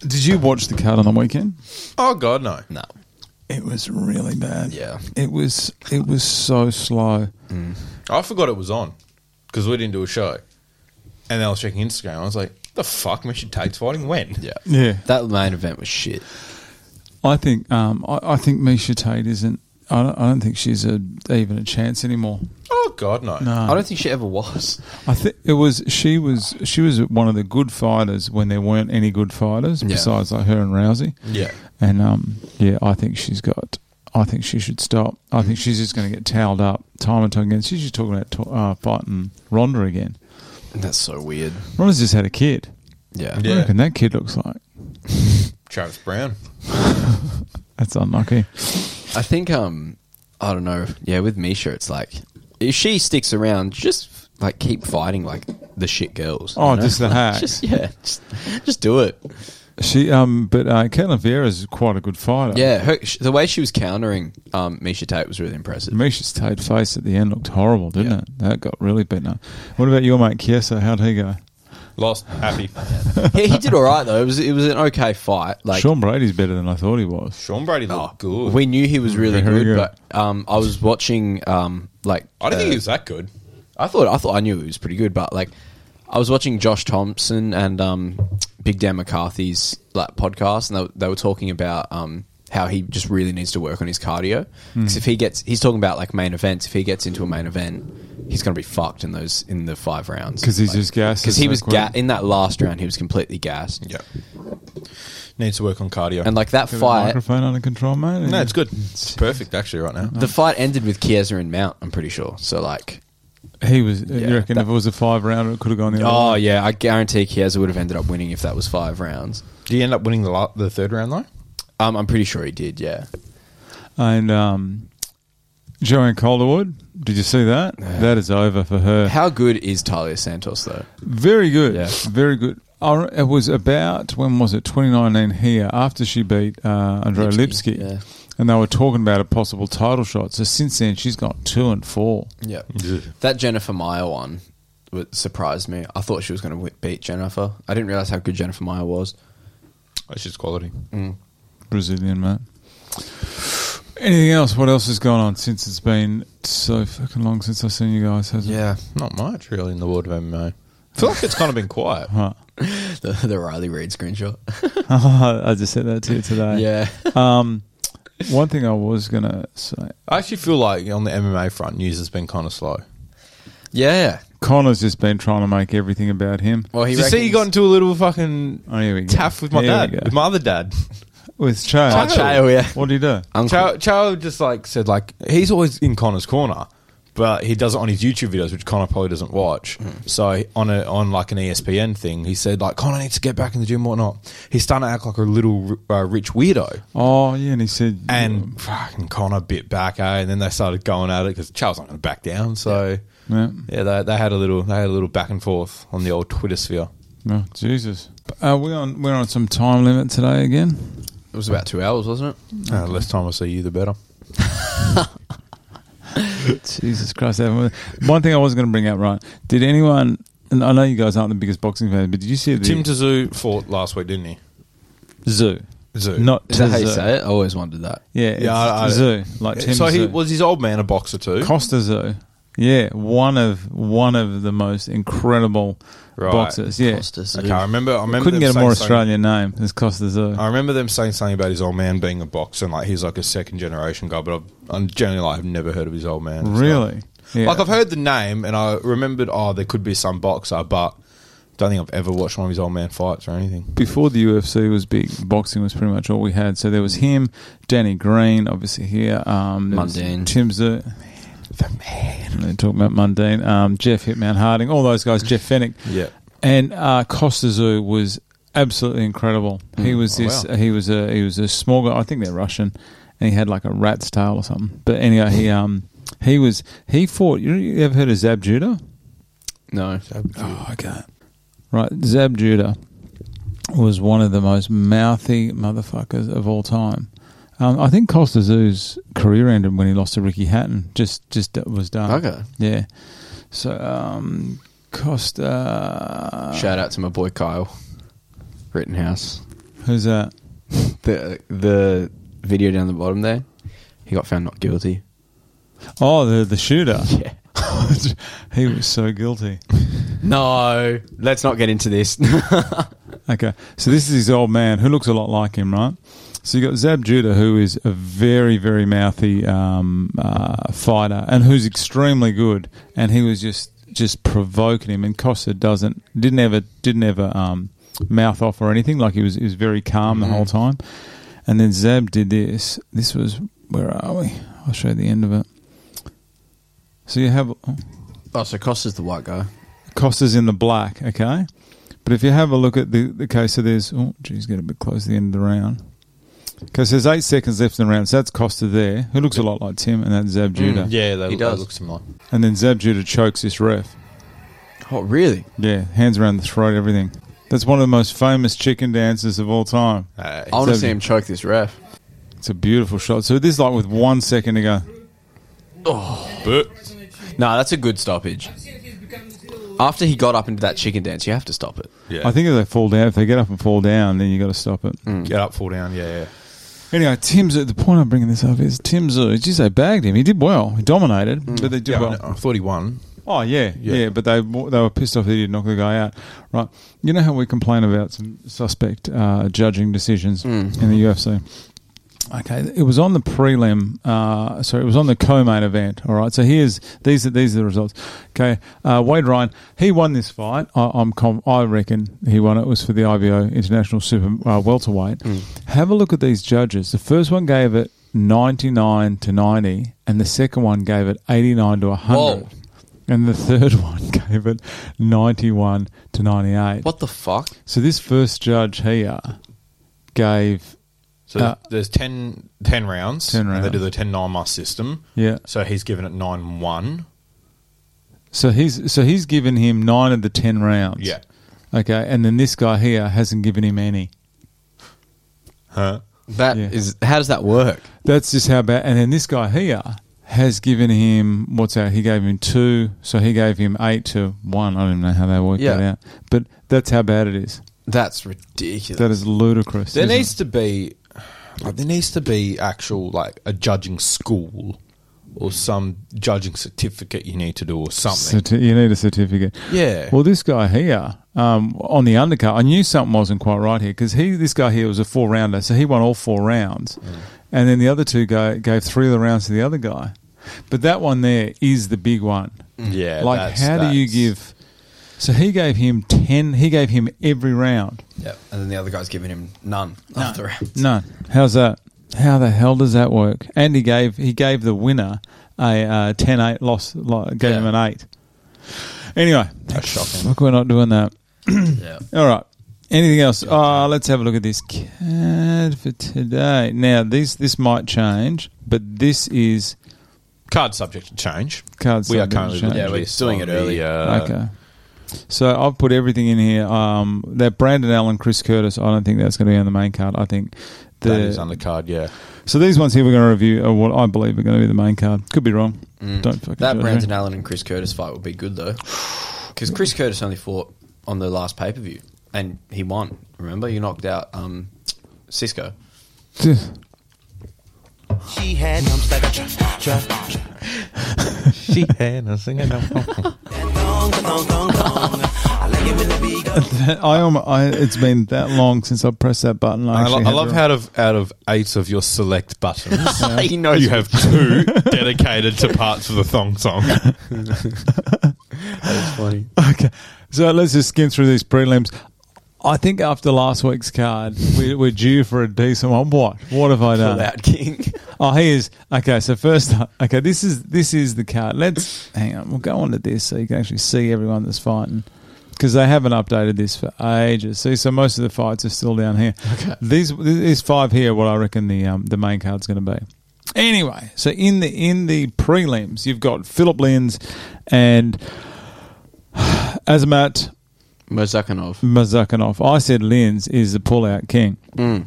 Did you watch the card on the weekend? Oh God, no. No. It was really bad. Yeah. It was it was so slow. I forgot it was on because we didn't do a show, and I was checking Instagram. I was like, "The fuck, Misha Tate's fighting when?" Yeah. Yeah. That main event was shit. I think um I, I think Misha Tate isn't I don't, I don't think she's a, even a chance anymore. Oh God, no. No. I don't think she ever was. I think it was she was she was one of the good fighters when there weren't any good fighters Yeah. besides like her and Rousey. Yeah. And um, yeah, I think she's got. I think she should stop. I think she's just going to get towelled up time and time again. She's just talking about to- uh, fighting Ronda again. That's so weird. Ronda's just had a kid. Yeah. Yeah. Yeah. I reckon that kid looks like Travis Brown. that's unlucky. I think um I don't know. Yeah, with Misha it's like if she sticks around, just like keep fighting like the shit girls. Oh, you know? just the Like, hack. Just yeah, just, just do it. She um, but uh, Caitlin Vieira's quite a good fighter. Yeah, her, sh- the way she was countering um, Misha Tate was really impressive. Misha's Tate face at the end looked horrible, didn't Yeah. it? That got really beaten up. What about your mate Kiesa? How'd he go? Lost. Happy. he, he did all right though. It was it was an okay fight. Like oh, Sean Brady's better than I thought he was. Sean Brady looked good. we knew he was really Very good, good. but um, I was watching um, like I don't think uh, he was that good. I thought I thought I knew it was pretty good, but like I was watching Josh Thompson and um, Big Dan McCarthy's like podcast, and they, were- they were talking about um, how he just really needs to work on his cardio Hmm. because if he gets, he's talking about like main events. If he gets into a main event, he's going to be fucked in those in the five rounds 'Cause he's Like, just gassed Because he so was quick. ga- in that last round, he was completely gassed, Yeah. Needs to work on cardio. and like that Get the fight. microphone under control, mate. no, it's good. It's perfect actually right now. The fight ended with Chiesa and Mount, I'm pretty sure. So, like, He was. you Yeah, reckon that- if it was a five rounder, it could have gone the oh, other way? yeah, I guarantee Chiesa would have ended up winning if that was five rounds. Did he end up winning the la- the third round though? Um, I'm pretty sure he did, yeah. And um, Joanne Calderwood, did you see that? That is over for her. How good is Talia Santos though? Very good. Yeah. Very good. I re- It was about when was it? 2019 here after she beat uh, Andrea Lipsky, Lipsky, yeah. and they were talking about a possible title shot. So since then, she's got two and four. Yeah, that Jennifer Meyer one wa- surprised me. I thought she was going to beat Jennifer. I didn't realize how good Jennifer Meyer was. That's just quality. Brazilian man. Anything else? What else has gone on since it's been so fucking long since I've seen you guys? Hasn't Yeah, Not much really in the world of MMA. I feel like it's kind of been quiet. it? Right. the, the Riley Reid screenshot. I just said that to you today. yeah, Um, one thing I was gonna say, I actually feel like on the MMA front, news has been kind of slow. yeah. Connor's just been trying to make everything about him. Well, Oh, he Did you see, he got reckons- into a little fucking Oh, here we go. taff with my Here we dad, go. with my other dad. With Cho. Oh, Chael, yeah. What do you do? Uncle. Chow, Chow just like said like he's always in Connor's corner, but he does it on his YouTube videos, which Connor probably doesn't watch. So on a on like an E ESPN thing, he said like Connor needs to get back in the gym, whatnot. He's starting to act like a little uh, rich weirdo, Oh, yeah, and he said, and fucking Connor bit back, eh? And then they started going at it because Chow's not going to back down. So Yeah. yeah, they, they had a little they had a little back and forth on the old Twitter sphere. "Oh, Jesus." Are we on? We're on some time limit today again. It was about two hours, wasn't it? Uh, less time I see you, the better. Jesus Christ! Evan. One thing I was going to bring up, right? Did anyone? And I know you guys aren't the biggest boxing fans, but did you see the Tim Tazoo fought last week, didn't he? Zoo? Zoo. Not Is that how you Tazoo. say it? I always wondered that. Yeah, it's Yeah, I- I- Zoo. Like Tim. so he Zoo. was his old man a boxer too. Costa Zoo. Yeah, one of one of the most incredible Right. boxers. Yeah, Costa Zoo. Okay, I remember. I remember couldn't them get a more saying something- Australian name. It's Costa Zoo. I remember them saying something about his old man being a boxer, and like he's like a second generation guy. But I've, I'm generally like I've never heard of his old man. It's really? like- Yeah. Like I've heard the name, and I remembered. Oh, there could be some boxer, but don't think I've ever watched one of his old man fights or anything. Before the UFC was big, boxing was pretty much all we had. So there Mm. was him, Danny Green, obviously here. Um, there was Mundine. Tim Zoo. The man. They're talking about Mundine. Um, Jeff Hitman Harding. All those guys. Jeff Fennick. Yeah. And uh, Costa Zoo was absolutely incredible. He was Oh, this. wow. He was a. He was a small guy. I think they're Russian, and he had like a rat's tail or something. But anyway, he um he was he fought. You, you ever heard of Zab Judah? No, Oh, okay. Right, Zab Judah was one of the most mouthy motherfuckers of all time. Um, I think Costa Zoo's career ended when he lost to Ricky Hatton. Just, just that was done. Okay. Yeah. So, um, Costa. shout out to my boy Kyle Rittenhouse. Who's that? The the video down the bottom there, he got found not guilty. Oh, the the shooter. Yeah. he was so guilty. No, let's not get into this. Okay, so this is his old man who looks a lot like him, right? So you got Zab Judah, who is a very, very mouthy um, uh, fighter and who's extremely good, and he was just just provoking him. And Costa doesn't didn't ever didn't ever um, mouth off or anything. Like he was he was very calm the whole time. And then Zab did this. This was where are we? I'll show you the end of it. So you have. oh. oh, so Costa's the white guy. Costa's in the black, okay? But if you have a look at the, the case, so there's, oh, geez, get a bit close to the end of the round. Because there's eight seconds left in the round, so that's Costa there, who looks a lot like Tim, and that's Zab Judah. Mm, Yeah, that, He that does. looks similar. And then Zab Judah chokes this ref. Oh, really? Yeah, hands around the throat, everything. That's one of the most famous chicken dances of all time. Uh, I want to So- see him choke this ref. It's a beautiful shot. So this, like, with one second to go. but No, that's a good stoppage. After he got up into that chicken dance, you have to stop it. yeah, Mm. I think if they fall down, if they get up and fall down, then you got to stop it. get up, fall down. Yeah, yeah. Anyway, Tim Zoo, the point I'm bringing this up is Tim Zoo, did you say bagged him? He did well. He dominated, but they did Mm. yeah well. I, thought he won. Oh yeah, yeah, Yeah. but they they were pissed off that he didn't knock the guy out, right? You know how we complain about some suspect uh, judging decisions in the UFC. Okay, it was on the prelim. Uh, sorry, it was on the co-main event. All right, so here's these are these are the results. Okay, uh, Wade Ryan he won this fight. I, I'm com- I reckon he won it. It was for the IBO International Super uh, Welterweight. Have a look at these judges. The first one gave it 99 to 90, and the second one gave it 89 to 100, Whoa. and the third one gave it 91 to 98. What the fuck? So this first judge here gave So Uh, there's 10, 10 rounds. 10 And they do rounds. the 10 9 mass system. yeah. So he's given it 9 1. So he's so he's given him nine of the ten rounds. Yeah. Okay, and then this guy here hasn't given him any. Huh? That Yeah. is- how does that work? That's just how bad. And then this guy here has given him what's that? He gave him two, so he gave him eight to one. I don't even know how they worked that Yeah. out, but that's how bad it is. That's ridiculous. That is ludicrous. There isn't needs to be, like, there needs to be actual like a judging school or some judging certificate you need to do or it? something. Certi- you need a certificate. yeah. Well, this guy here um, on the undercard, I knew something wasn't quite right here because he, this guy here, was a four rounder, so he won all four rounds, Mm. and then the other two guy gave three of the rounds to the other guy, but that one there is the big one. yeah. like, that's- how do you that's- give? So he gave him ten. He gave him every round. Yep. And then the other guy's giving him none. After None. How's that? How the hell does that work? And he gave he gave the winner a uh, 10-8 loss. Lo- gave Yeah. him an eight. Anyway, That's shocking. look, we're not doing that. yeah. All right. Anything else? Uh, let's have a look at this card for today. Now, this this might change, but this is Card subject to change. cards. we are currently change. looking Yeah, at we're this doing on it early. The, uh, okay. So I've put everything in here. Um, that Brandon Allen, Chris Curtis. I don't think that's going to be on the main card. I think the that is undercard. Yeah. So these ones here we're going to review are what I believe are going to be the main card. Could be wrong. Mm. Don't fucking judge That me. Brandon Allen and Chris Curtis fight would be good though, because Chris Curtis only fought on the last pay per view and he won. Remember, you knocked out um, Cisco. She had dumps like a cha cha she had a singer. thong thong thong thong. I like it when the beat goes. I, am, I it's been that long since I pressed that button. I, I, actually lo- I had love to- how out of out of eight of your select buttons, he knows you have two dedicated to parts of the thong song. That's funny. Okay, so let's just skim through these prelims. I think after last week's card, we, we're due for a decent one. What? What have I done? Out King. Oh, he is okay. So first, up, okay, this is this is the card. Let's hang on. We'll go on to this so you can actually see everyone that's fighting because they haven't updated this for ages. See, so most of the fights are still down here. Okay, these these five here, are what I reckon the um, the main card's going to be. Anyway, so in the in the prelims, you've got Philip Lins and Azmat Mozakanov. Mazakanov. I said Lins is the pullout king. Mm.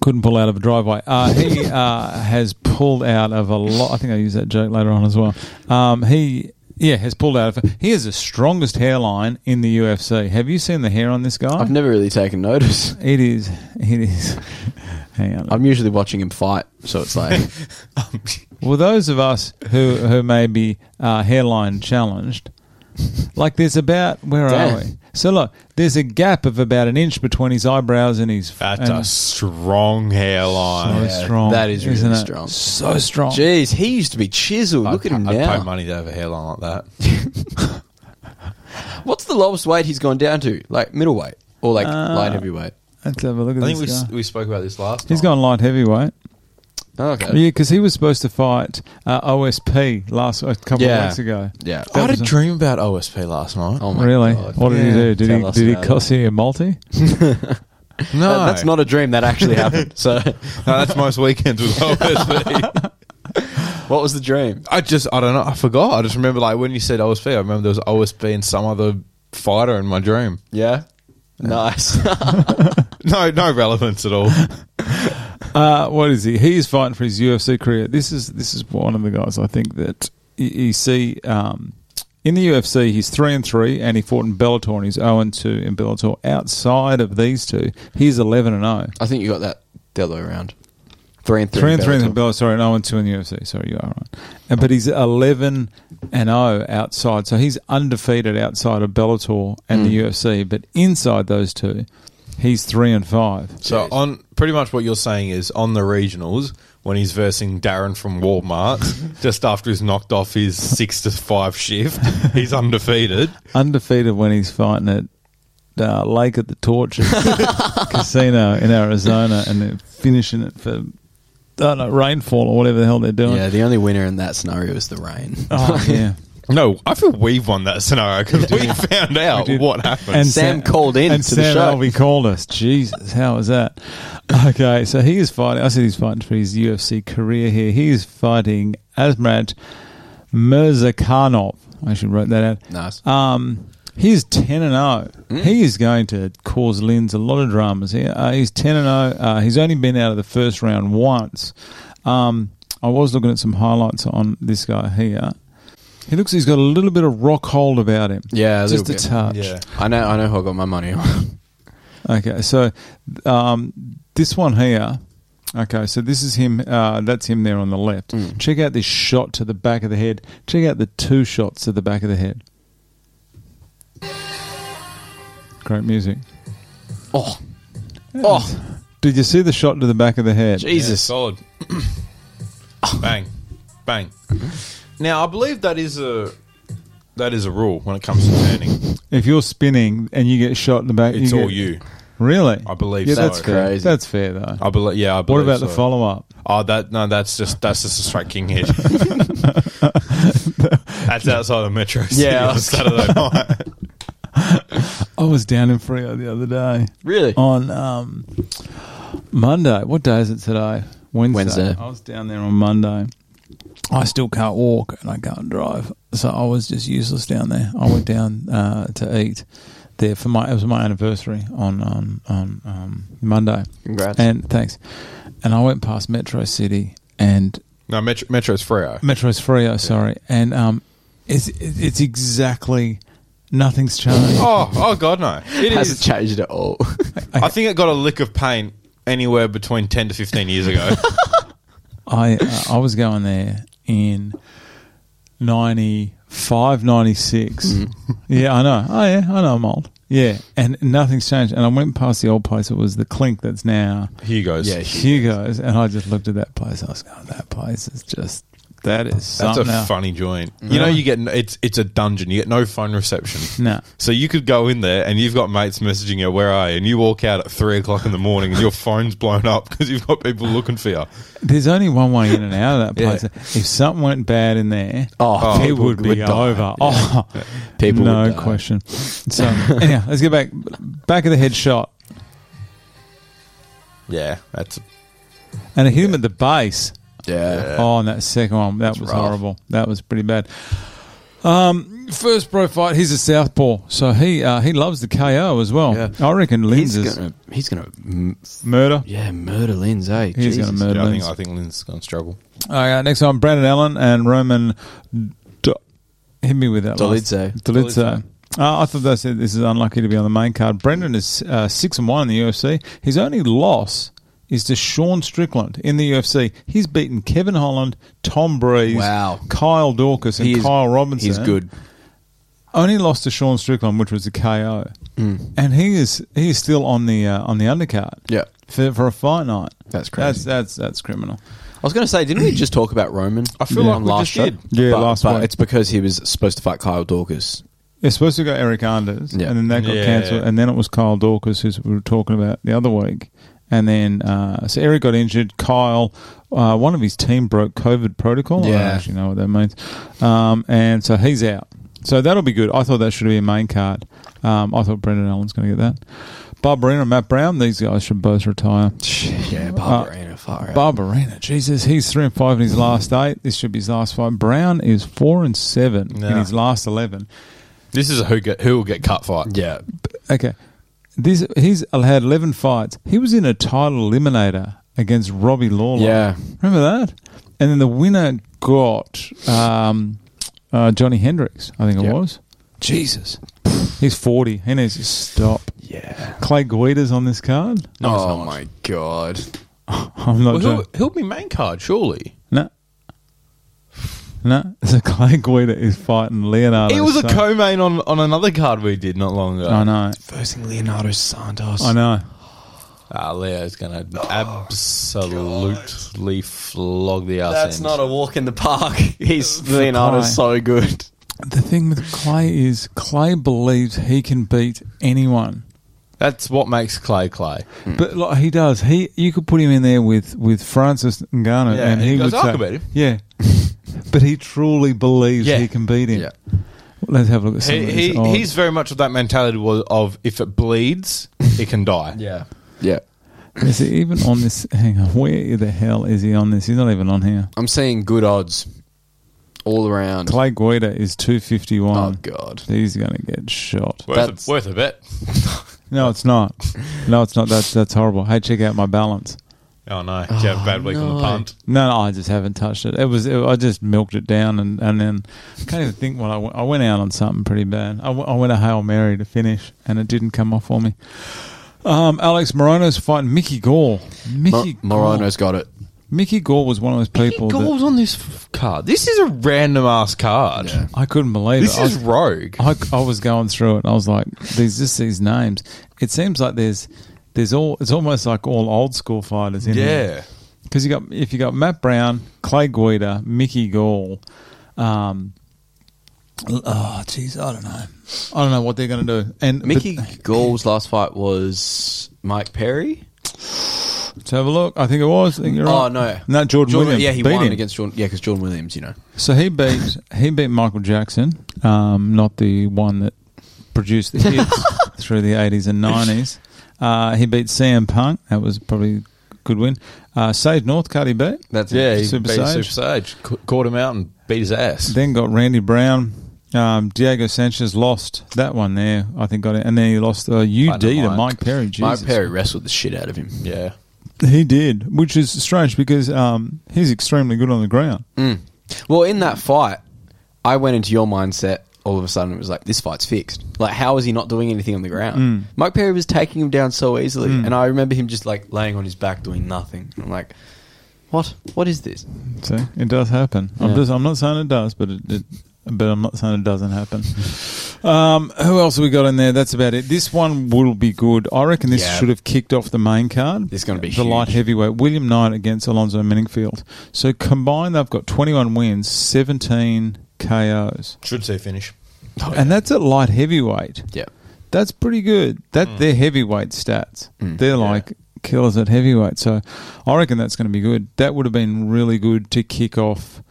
Couldn't pull out of a driveway. Uh, he uh, has pulled out of a lot. I think I use that joke later on as well. Um, he yeah, has pulled out of it. He has the strongest hairline in the UFC. Have you seen the hair on this guy? I've never really taken notice. It is. It is. Hang on. I'm usually watching him fight, so it's like Well, those of us who who may be uh, hairline challenged, like there's about where Damn. are we? So look, there's a gap of about an inch between his eyebrows and his. That's and a strong hairline. so Yeah, Oh, strong. that is really isn't it? strong. So strong. Jeez, he used to be chiseled. Look at him I'd now. pay money to have a hairline like that. What's the lowest weight he's gone down to? Like middleweight or like Uh, light heavyweight? Let's have a look at I this think we, guy. s- we spoke about this last He's time. gone light heavyweight. Okay. Yeah, because he was supposed to fight uh, OSP last a couple of weeks ago. Oh, Yeah. That I had was a a- dream about OSP last night. Oh my really? God. What did Yeah. he do? Did Tell us he did he about it. cost you a multi? no, That- that's not a dream. That actually happened. So, No, that's most weekends with OSP. what was the dream? I just, I don't know. I forgot. I just remember, like, when you said OSP, I remember there was OSP and some other fighter in my dream. Yeah. Nice. No, no relevance at all. Uh, what is he? He's fighting for his UFC career. This is this is one of the guys I think that y- you see um, in the UFC. He's three and three, and he fought in Bellator, and he's zero and two in Bellator. Outside of these two, he's eleven and oh. zero. I think you got that the other way around. Three and three. Three in and three in Bellator. Bellator, sorry, and zero and two in the UFC. Sorry, you are right. And, but he's eleven and zero outside, so he's undefeated outside of Bellator and Hmm. the UFC. But inside those two, he's three and five. So Jeez. on pretty much what you're saying is on the regionals when he's versing Darren from Walmart, just after he's knocked off his six to five shift, he's undefeated. undefeated when he's fighting at uh, Lake at the Torches Casino in Arizona, and they're finishing it for I don't know rainfall or whatever the hell they're doing. Yeah, the only winner in that scenario is the rain. Oh yeah. No, I feel we've won that scenario because we found out We did. what happened. And Sam Sa- called in and to the Sam show. Alvey called us. Jesus, how was that? Okay, so he is fighting. I said he's fighting for his UFC career here. He is fighting Asmat Mirzakhanov. I should write that out. Nice. Mm. Um, he's ten and zero. He is going to cause Linz a lot of dramas here. Uh, he's ten and zero. Uh, he's only been out of the first round once. Um, I was looking at some highlights on this guy here. He looks. He's got a little bit of rock hold about him. Yeah, a just a little bit. touch. yeah, I know. I know who I got my money on. Okay, so um, this one here. Okay, so this is him. Uh, that's him there on the left. Hmm. Check out this shot to the back of the head. Check out the two shots to the back of the head. Great music. Oh, oh, Did you see the shot to the back of the head? Yeah, Jesus! solid. bang, bang. Now I believe that is a that is a rule when it comes to turning. If you're spinning and you get shot in the back, It's all get- you. Really? I believe Yeah, so. that's fair. Crazy. That's fair though. I believe. Yeah, I believe. what about the so. follow up? Oh, that no, that's just that's just a straight king hit. that's outside of Metro. City Yeah, I on was Saturday night. I was down in Frio the other day. Really? on um, Monday. What day is it today? Wednesday. Wednesday. I was down there on Monday. I still can't walk and I can't drive, so I was just useless down there. I went down uh, to eat there for my it was my anniversary on on on um, Monday. Congrats. And thanks. And I went past Metro City and No, Metro, Metro's eh? Freo. Metro's Frio, sorry, and um, it's it's exactly nothing's changed. Oh, oh God, no! It Hasn't is. changed at all. I think it got a lick of paint anywhere between ten to fifteen years ago. I uh, I was going there in 95, 96. Mm-hmm. yeah, I know. Oh, yeah, I know I'm old. Yeah, and nothing's changed. And I went past the old place. It was the Clink that's now Hugo's. Yeah, Hugo's. And I just looked at that place. I was going, that place is just, that is that's a something. else." funny joint. You know, you get n- it's it's a dungeon. You get no phone reception. No. So you could go in there and you've got mates messaging you, "Where are you?" And you walk out at three o'clock in the morning and your phone's blown up because you've got people looking for you. There's only one way in and out of that Yeah. place. If something went bad in there, Oh, it people would be would die. over. Oh, People no would die. question. So anyhow, let's get back back of the head shot. Yeah, that's and it hit him at the base. Yeah. Oh, and that second one, that was rough. horrible. That was pretty bad. Um, first pro fight, he's a southpaw, so he uh, he loves the KO as well. Yeah. I reckon Linz He's is gonna. He's gonna. mm, murder. Yeah, murder Linz. Hey, He's gonna Jesus. murder. Yeah, I think Linz. I think Lynn's going to struggle. All right, next one, Brandon Allen and Roman. D- hit me with that. last- Dolidze. Dolidze. Uh, I thought they said this is unlucky to be on the main card. Brendan is uh, six and one in the UFC. His only loss is to Sean Strickland in the UFC. He's beaten Kevin Holland, Tom Breeze, Wow. Kyle Dorcas, and He is- Kyle Robinson. eh? He's good. Only lost to Sean Strickland, which was a KO, Hmm. and he is he is still on the uh, on the undercard. Yeah. for, for a fight night. That's That's crazy. that's that's criminal. I was going to say, didn't we just talk about Roman? I feel Yeah. like we just show? did. Yeah, but, last but week. it's because he was supposed to fight Kyle Dorcas. It's supposed to go Eric Anders, Yeah. and then that got Yeah. cancelled, and then it was Kyle Dorcas, who we were talking about the other week, and then uh, so Eric got injured. Kyle, uh, one of his team broke COVID protocol. I don't Yeah. actually know what that means, um, and so he's out. So that'll be good. I thought that should be a main card. Um, I thought Brendan Allen's going to get that. Barbarina, Matt Brown, these guys should both retire. Yeah, Uh, Barbarina, far out. Barbarina, Jesus, he's three and five in his last eight. This should be his last five. Brown is four and seven in Yeah. his last eleven. This is a who get who will get cut fight. yeah, Okay. This he's had eleven fights. He was in a title eliminator against Robbie Lawler. Yeah. remember that? And then the winner got um, uh, Johnny Hendricks. I think it Yeah. was. Jesus, he's forty. He needs to stop. yeah. Clay Guida's on this card. No, it's oh not. my god. I'm not. Well, joking. he'll, he'll be main card surely. No. No. So Clay Guida is fighting Leonardo. It was a Santos. co-main on, on another card we did not long ago. I know. Versing Leonardo Santos. I know. Ah, Leo's gonna absolutely flog the ass. That's not a walk in the park. He's Leonardo's so good. The thing with Clay is Clay believes he can beat anyone. That's what makes Clay Clay. But like, he does. He you could put him in there with with Francis Ngannou, Yeah, and he, he goes, would "I say, can beat him." yeah. but he truly believes Yeah. he can beat him. Yeah. Let's have a look at some He, of these he, odds. he's very much of that mentality was of if it bleeds, it can die. Yeah. Yeah. Is he even on this? Hang on, where the hell is he on this? He's not even on here. I'm seeing good odds all around. Clay Guida is two fifty Oh one. god. He's going to get shot. Worth, That's- a, worth a bet. No, it's not. No, it's not. That's that's horrible. Hey, check out my balance. Oh no, did you have a bad week on no. the punt? No, no, I just haven't touched it. It was it, I just milked it down and and then I can't even think what I went, I went out on something pretty bad. I, w- I went a hail mary to finish and it didn't come off for me. Um, Alex Morano's fighting Mickey Gore. Mo- Mickey Gore. Morano's got it. Mickey Gore was one of those people that on this f- card. This is a random ass card. Yeah. I couldn't believe. This it. I is was- rogue. I, I was going through it and I was like, these just these names. It seems like there's there's all it's almost like all old school fighters in here. yeah. because you got if you got Matt Brown, Clay Guida, Mickey Gall, um, l- oh jeez, I don't know, I don't know what they're going to do. And Mickey but- Gall's last fight was Mike Perry. let's have a look. I think it was. I think you're Oh right. no, no, Jordan, Williams. Yeah, he beat won him. against Jordan. Yeah, because Jordan Williams, you know. So he beat he beat Michael Jackson, um, not the one that produced the hits through the eighties and nineties. Uh, he beat CM Punk. That was probably a good win. Uh, Sage Northcutt he beat. That's Yeah, he Super beat Sage. Super Sage. Ca- Caught him out and beat his ass. Then got Randy Brown. Um, Diego Sanchez lost that one there, I think. Got it, and then he lost uh, UD to Mike. Mike Perry. Jesus. Mike Perry wrestled the shit out of him. Yeah. he did, which is strange because um, he's extremely good on the ground. Well, in that fight, I went into your mindset. All of a sudden, it was like this fight's fixed. Like, how is he not doing anything on the ground? Mm. Mike Perry was taking him down so easily, and I remember him just like laying on his back doing nothing. I'm like, what? What is this? So it does happen. I'm Yeah. just, I'm not saying it does, but it, it but I'm not saying it doesn't happen. Um, who else have we got in there? That's about it. This one will be good. I reckon this Yeah. should have kicked off the main card. This is gonna be the light huge. heavyweight William Knight against Alonzo Menningfield. So combined, they've got 21 wins, 17 KOs. Should say finish. Oh, And that's at light heavyweight. Yeah, That's pretty good. That Mm. they're heavyweight stats. Mm. They're like killers at heavyweight. So I reckon that's going to be good. That would have been really good to kick off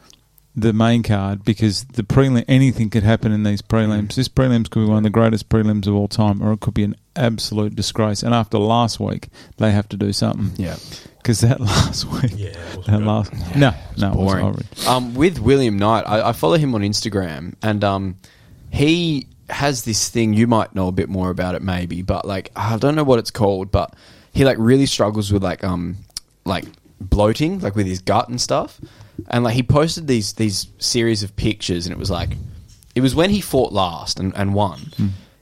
the main card because the prelim anything could happen in these Mm. prelims. This prelims could be one of the greatest prelims of all time, or it could be an absolute disgrace. And after last week, they have to do something. yeah. because that last week, Yeah, it wasn't that good. last no, no, it was boring. horrid. Um, with William Knight, I, I follow him on Instagram, and um, he has this thing. You might know a bit more about it, maybe, but like I don't know what it's called. But he like really struggles with like um, like bloating, like with his gut and stuff. And like he posted these these series of pictures, and it was like. It It was when he fought last and, and won.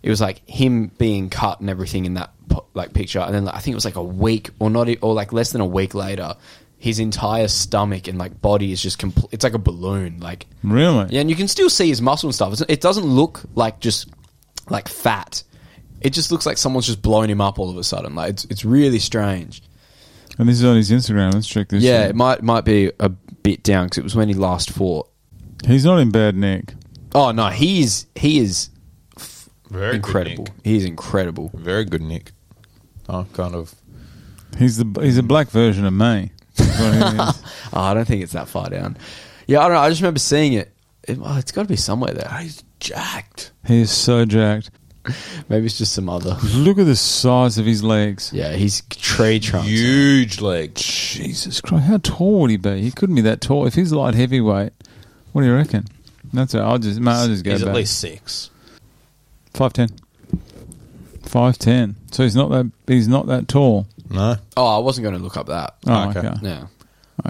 It was like him being cut and everything in that po- like picture, and then like, I think it was like a week or not, e- or like less than a week later, his entire stomach and like body is just complete. It's like a balloon, like Really? yeah, and you can still see his muscle and stuff. It's- It doesn't look like just like fat. It just looks like someone's just blown him up all of a sudden. Like it's it's really strange. And this is on his Instagram. Let's check this. Yeah, out. it might might be a bit down because it was when he last fought. he's not in bad nick. Oh no, he is he is f- Very good, incredible. Nick. He is incredible. Very good, Nick. I'm kind of. He's the he's a black version of me. That's what he is. Oh, I don't think it's that far down. Yeah, I don't know. I just remember seeing it. It- oh, it's got to be somewhere there. He's jacked. He is so jacked. Maybe it's just some other. Look at the size of his legs. Yeah, he's tree trunks. Huge legs. Jesus Christ, how tall would he be? He couldn't be that tall. If he's light heavyweight, what do you reckon? That's all. right. I'll just, mate, I'll just go He's back. at least six. five ten. Five ten. So he's not that. He's not that tall. No. oh, I wasn't going to look up that. Oh, Okay. okay.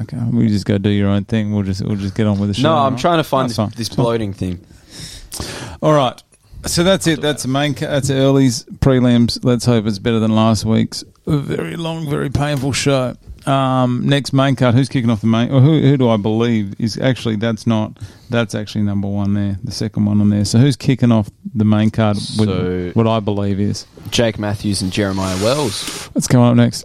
okay. Yeah. We just go do your own thing. We'll just we'll just get on with the show. No, all I'm right? trying to find That's this, fine. this bloating thing. All right. So that's it. That's the main. ca- That's early's prelims. Let's hope it's better than last week's very long, very painful show. Um, next main card. Who's kicking off the main? Or who, who do I believe is actually? That's not. That's actually number one there. The second one on there. So who's kicking off the main card? with So- what I believe is. Jake Matthews and Jeremiah Wells. What's coming up next?